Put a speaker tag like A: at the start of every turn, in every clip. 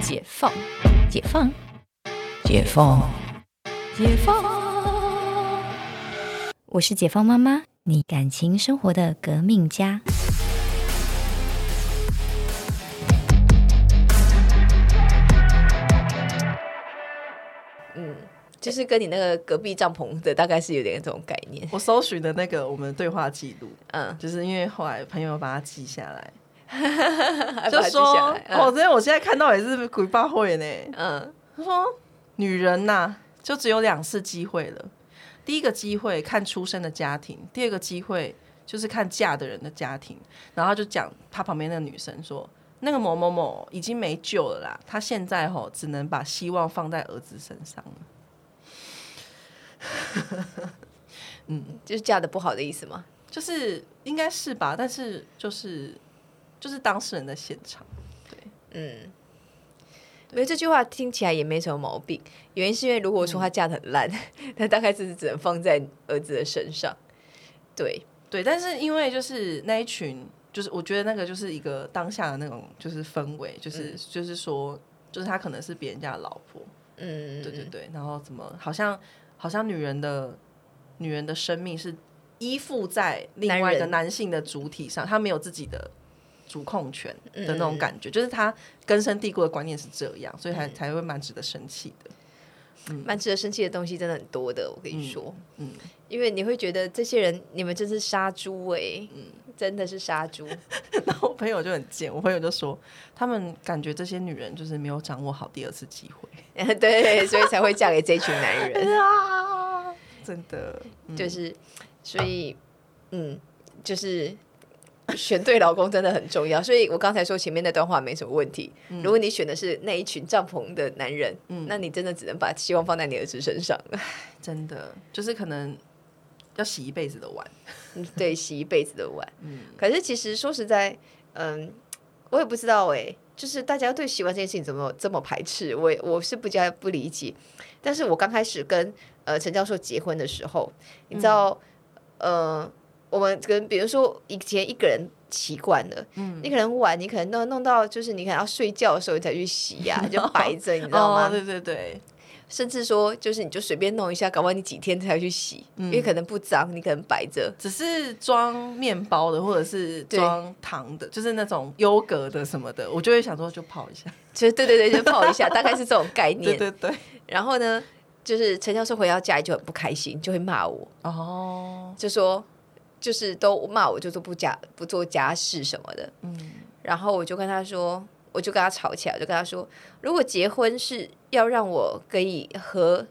A: 解放，解放，解放，解放。
B: 我是解放妈妈，你感情生活的革命家。
A: 就是跟你那个隔壁帐篷的大概是有点这种概 念。
C: 我搜寻的那个我们对话记录，
A: 嗯，
C: 就是因为后来朋友把它记下来，
A: 把
C: 就
A: 它记
C: 说
A: 下来，嗯
C: 哦，真的，我现在看到也是鬼八会呢。
A: 嗯，
C: 他说，女人呐、就只有两次机会了，第一个机会看出生的家庭，第二个机会就是看嫁的人的家庭。然后他就讲他旁边那个女生说。那个某某某已经没救了啦，他现在吼只能把希望放在儿子身上了。
A: 就是嫁的不好的意思吗？
C: 就是应该是吧，但是就是就是当事人在现场，
A: 嗯，因为这句话听起来也没什么毛病。原因是因为如果说她嫁的很烂， 那、大概就是只能放在儿子的身上。对，
C: 对，但是因为就是那一群，就是我觉得那个就是一个当下的那种就是氛围，就是、就是说，就是他可能是别人家的老婆，
A: 嗯，
C: 对对对，然后怎么好像好像女人的女人的生命是依附在另外一个
A: 男人
C: 男性的主体上，她没有自己的主控权的那
A: 嗯
C: 种感觉，就是她根深蒂固的观念是这样，所以才、才会蛮值得生气的，
A: 蛮值得生气的东西真的很多的，我跟你说，
C: 嗯。
A: 因为你会觉得这些人，你们真是杀猪哎、真的是杀猪，
C: 然后我朋友就很贱，我朋友就说，他们感觉这些女人就是没有掌握好第二次机会
A: 对，所以才会嫁给这群男人。
C: 啊， 真的，嗯
A: 就是，所以，嗯，就是选对老公真的很重要。所以我刚才说前面那段话没什么问题。如果你选的是那一群帐篷的男人，那你真的只能把希望放在你儿子身上了。
C: 真的就是可能要洗一辈子的碗，
A: 对，洗一辈子的碗。
C: 嗯
A: 可是其实说实在，嗯，我也不知道哎、就是大家对洗碗这件事情怎么这么排斥，我也我是不加不理解。但是我刚开始跟呃陈教授结婚的时候，你
C: 嗯
A: 知道，呃，我们跟比如说以前一个人习惯了，
C: 嗯
A: 你可能碗你可能弄弄到就是你可能要睡觉的时候你才去洗 呀、就摆着，你知道吗？
C: 哦，对对对，
A: 甚至说就是你就随便弄一下，搞不好你几天才去洗，
C: 嗯
A: 因为可能不脏，你可能摆着。
C: 只是装面包的或者是装糖的，就是那种优格的什么的，我就会想说就泡一下，
A: 就对对对，就泡一下，大概是这种概念。
C: 对对对，
A: 然后呢，就是陈教授回到家里就很不开心，就会骂我，
C: 哦，
A: 就说就是都骂我，就说不家不做家事什么的。
C: 嗯
A: 然后我就跟他说，我就跟他吵起来，我就跟他说，如果结婚是要让我可以合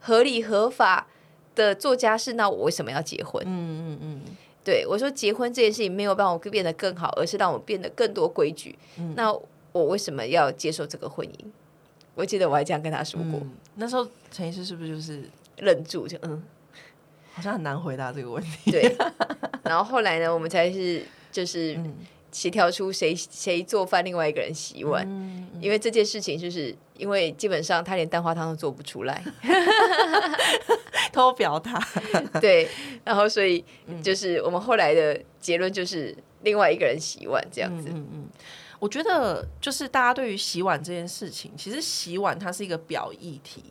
A: 合理合法的做家事，那我为什么要结婚？
C: 嗯嗯嗯，
A: 对我说，结婚这件事情没有让我变得更好，而是让我变得更多规矩。
C: 嗯
A: 那我为什么要接受这个婚姻？我记得我还这样跟他说过，
C: 嗯那时候陈医师是不是就是
A: 愣住就嗯，
C: 好像很难回答这个问题？
A: 对。然后后来呢，我们才是就是
C: 嗯
A: 协调出谁谁做饭，另外一个人洗碗。
C: 嗯，
A: 因为这件事情，就是因为基本上他连蛋花汤都做不出来，
C: 偷表达，
A: 对，然后所以
C: 嗯
A: 就是我们后来的结论就是另外一个人洗碗这样子，
C: 嗯嗯，我觉得就是大家对于洗碗这件事情，其实洗碗它是一个表议题，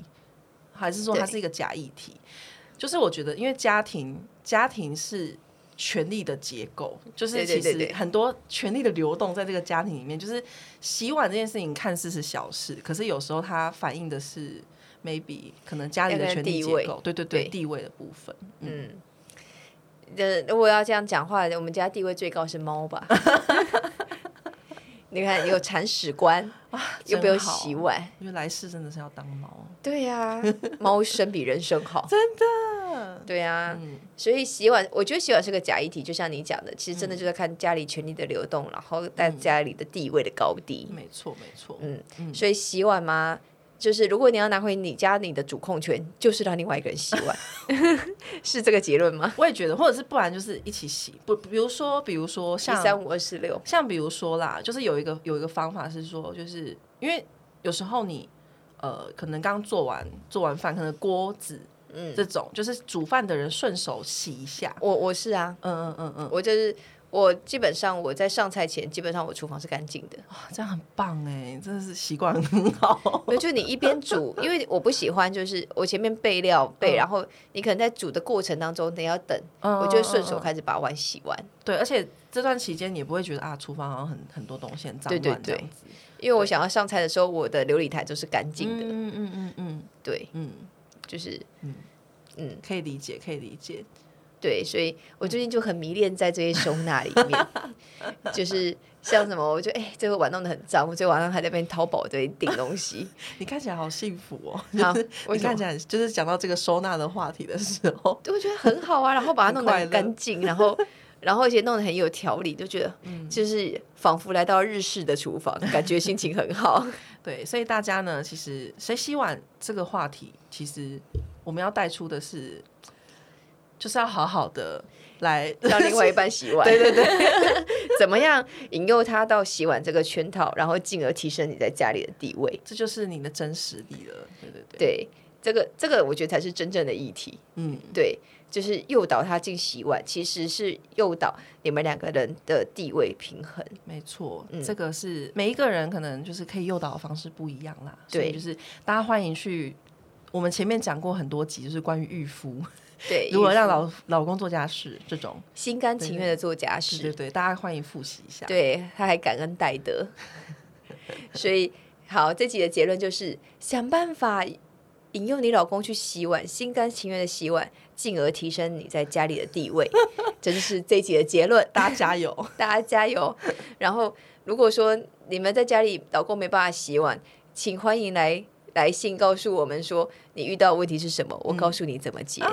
C: 还是说它
A: 对
C: 是一个假议题？就是我觉得，因为家庭家庭是权力的结构，就是
A: 对对
C: 其
A: 对
C: 实
A: 对
C: 很多权力的流动在这个家庭里面，就是洗碗这件事情看似是小事，可是有时候它反映的是 maybe 可能家里
A: 那
C: 的
A: 个
C: 权力
A: 地
C: 结
A: 位
C: 构，对对对，
A: 对
C: 地位的部分，嗯，
A: 嗯。呃，如果要这样讲话，我们家地位最高是猫吧？你看，有铲屎官，又不
C: 真
A: 用
C: 好
A: 洗碗，
C: 因为来世真的是要当猫，
A: 对呀、猫生比人生好，
C: 真的，
A: 对呀、
C: 嗯
A: 所以洗碗，我觉得洗碗是个假议题，就像你讲的，其实真的就在看家里权力的流动，然后在家里的地位的高低。
C: 没错没错，
A: 嗯，
C: 嗯
A: 所以洗碗嘛，就是如果你要拿回你家你的主控权，就是让另外一个人洗碗，是这个结论吗？
C: 我也觉得，或者是不然就是一起洗，不，比如说，比如说
A: 一三
C: 像
A: 五二四六，
C: 像比如说啦，就是有一个有一个方法是说，就是因为有时候你呃，可能刚做完做完饭，可能锅子
A: 嗯，
C: 这种，就是煮饭的人顺手洗一下，
A: 我我是啊，
C: 嗯嗯嗯嗯，
A: 我就是。我基本上我在上菜前，基本上我厨房是干 净的。
C: 哇这样很棒哎，真的是习惯很好。
A: 没有，就你一边 煮，因为我不喜欢，就是我前面备料备，
C: 嗯
A: 然后你可能在煮的过程当中，你要等，
C: 我
A: 我就会顺手开始把碗洗完，
C: 对，而且这段期间你也不会觉得啊，厨房好像很很多东西很脏
A: 对
C: 乱
A: 对
C: 这
A: 对
C: 样子。
A: 因为我想要上菜的时候，我的琉璃台都是干净的。
C: 嗯嗯嗯嗯
A: 对，
C: 嗯
A: 就是
C: 嗯，可以理解，可以理解。
A: 对，所以我最近就很迷恋在这些收纳里 面，就是像什么，我就哎、这个碗弄得很脏，我昨天晚上还在那边淘宝这里订东西。
C: 你看起来好幸福哦，
A: 好
C: 就是
A: 为
C: 你
A: 什
C: 看
A: 么
C: 起来就是讲到这个收纳的话题的时候，
A: 对，我觉得很好啊，然后把它
C: 很
A: 弄得
C: 快
A: 很
C: 乐
A: 干净，然后 然后而且弄得很有条理，就觉得
C: 嗯
A: 就是仿佛来到日式的厨 房，感觉心情很好。
C: 对，所以大家呢，其实谁洗碗这个话题，其实我们要带出的是，就是要好好的来
A: 让另外一半洗碗，对对对， 怎么样引诱他到洗碗这个圈套，然后进而提升你在家里的地位？
C: 这就是你的真实力了。对对对，
A: 对，这个这个我觉得才是真正的议题。
C: 嗯，
A: 对，就是诱导他进洗碗，其实是诱导你们两个人的地位平衡。
C: 没错，
A: 嗯
C: 这个是每一个人可能就是可以诱导的方式不一样啦。所以
A: 对
C: 就是大家欢迎去。我们前面讲过很多集，就是关于御夫，
A: 对，
C: 如何让
A: 与
C: 老老公做家事这种，
A: 心甘情愿的做家
C: 对
A: 事
C: 对，对，大家欢迎复习一下。
A: 对，他还感恩戴德。 所以，好，这集的结论就是想办法引诱你老公去洗碗，心甘情愿的洗碗，进而提升你在家里的地位。 这就是这集的结论，
C: 大 家加油！
A: 大家加油。然后，如果说你们在家里老公没办法洗碗，请欢迎来。来信告诉我们说你遇到的问题是什么，我告诉你怎么解，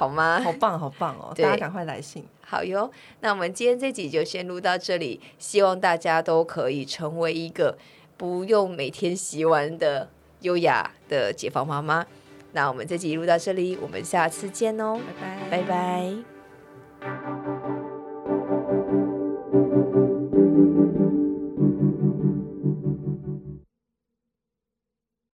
A: 好吗？
C: 好棒，好棒哦！
A: 对
C: 大家赶快来信。
A: 好哟，那我们今天这集就先录到这里，希望大家都可以成为一个不用每天洗碗的优雅的解放妈妈。那我们这集录到这里，我们下次见哦，
C: 拜拜，
A: 拜拜